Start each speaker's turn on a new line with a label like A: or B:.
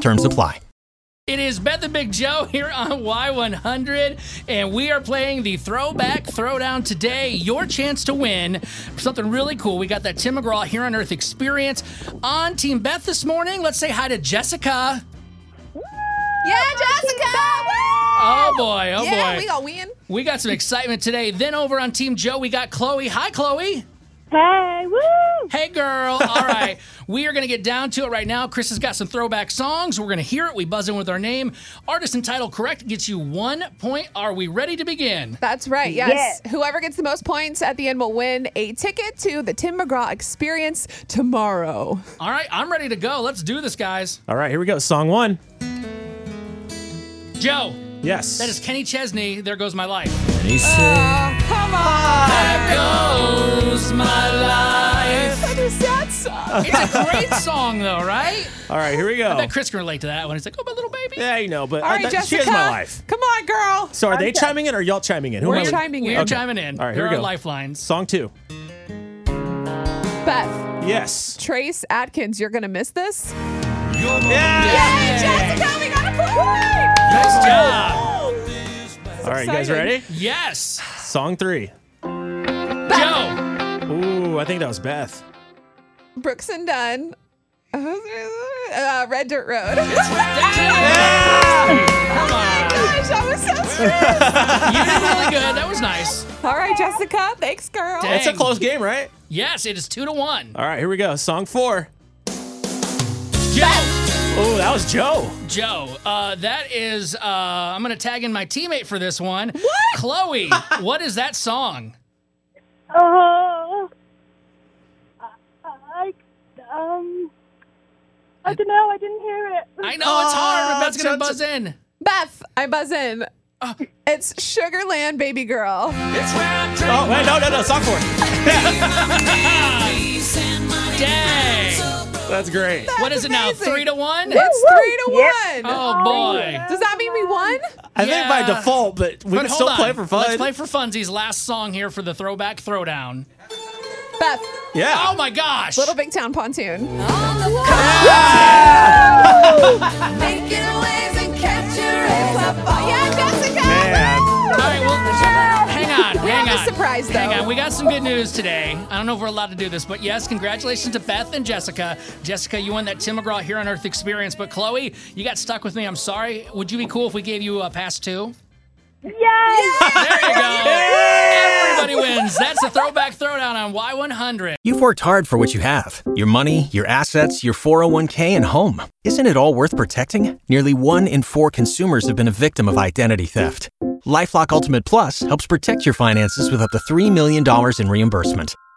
A: Terms apply.
B: It is Beth and Big Joe here on Y100, and we are playing the Throwback Throwdown today. Your chance to win something really cool. We got that Tim McGraw Here on Earth experience on Team Beth this morning. Let's say hi to Jessica.
C: Yeah, Jessica! Woo!
B: Oh boy, oh
C: yeah,
B: boy.
C: we got win.
B: We got some excitement today. Then over on Team Joe, we got Chloe. Hi, Chloe.
D: Hey, woo!
B: Hey, girl. All right. We are going to get down to it right now. Chris has got some throwback songs. We're going to hear it. We buzz in with our name. Artist and title correct gets you one point. Are we ready to begin?
C: That's right. Yes. Whoever gets the most points at the end will win a ticket to the Tim McGraw Experience tomorrow.
B: All right. I'm ready to go. Let's do this, guys.
E: All right, here we go. Song one.
B: Joe,
E: Yes.
B: that is Kenny Chesney. There goes my life.
C: Oh, come on!
B: Goes my life.
C: Such a sad song.
B: It's a great song, though, right?
E: All right, here we go.
B: I bet Chris can relate to that one. He's like, oh, my little baby.
E: yeah, you know, but
C: All
E: I-
C: right,
E: that-
C: Jessica.
E: she is my life.
C: Come on, girl.
E: So are they chiming in or y'all chiming in? Who
C: We're
E: am I-
C: chiming in.
B: We're
C: Okay.
B: chiming in.
E: All right,
B: There
E: here we
B: are
E: go.
B: lifelines.
E: Song two.
C: Beth,
E: Yes.
C: Trace Atkins, you're gonna miss this.
E: Yes.
C: Hey, Jessica, we got a point.
B: Nice job.
E: All right, you guys
C: exciting.
E: ready?
B: Yes.
E: Song three.
B: Joe.
E: Ooh, I think that was Beth.
C: Brooks and Dunn. Uh, Red Dirt Road.
B: Come on.
C: Gosh, that was so sweet.
B: You did really good. That was nice.
C: All right, Jessica. Thanks, girl.
B: Dang.
E: It's a close game, right?
B: Yes, it is two to one.
E: All right, here we go. Song four.
B: Joe,
E: Oh, that was Joe.
B: Joe, uh, that is. Uh, I'm gonna tag in my teammate for this one. What? Chloe, what is that song?
D: Oh, I, I, um, I don't know. I didn't hear it.
B: I know it's hard, but that's gonna buzz in.
C: Beth, I buzz in.
B: Uh.
C: It's Sugarland Baby Girl.
E: Oh, wait, no, no, no. Song four.
B: Dang.
E: That's great.
B: What is it now?
C: amazing.
B: Three to one.
C: It's three to
D: Yes.
C: one.
B: Oh boy.
C: Does that mean we won?
E: I think by
B: Yeah.
E: default, but we
B: But
E: can
B: hold
E: still
B: on.
E: play for fun.
B: Let's play for funsies. Last song here for the throwback throwdown.
C: Beth,
E: yeah.
B: Oh my gosh.
C: Little Big Town Pontoon. Yeah, Jessica.
E: Man.
B: All right, well, hang on,
C: We
B: hang
C: have a
B: on.
C: surprise, though.
B: Hang on, we got some good news today. I don't know if we're allowed to do this, but yes, congratulations to Beth and Jessica. Jessica, you won that Tim McGraw Here on Earth experience, but Chloe, you got stuck with me. I'm sorry. Would you be cool if we gave you a pass two?
D: Yes.
B: There you go. Everybody wins. That's the throwback throwdown on Y100.
A: You've worked hard for what you have your money, your assets, your 401k, and home. Isn't it all worth protecting? Nearly one in four consumers have been a victim of identity theft. Lifelock Ultimate Plus helps protect your finances with up to $3 million in reimbursement.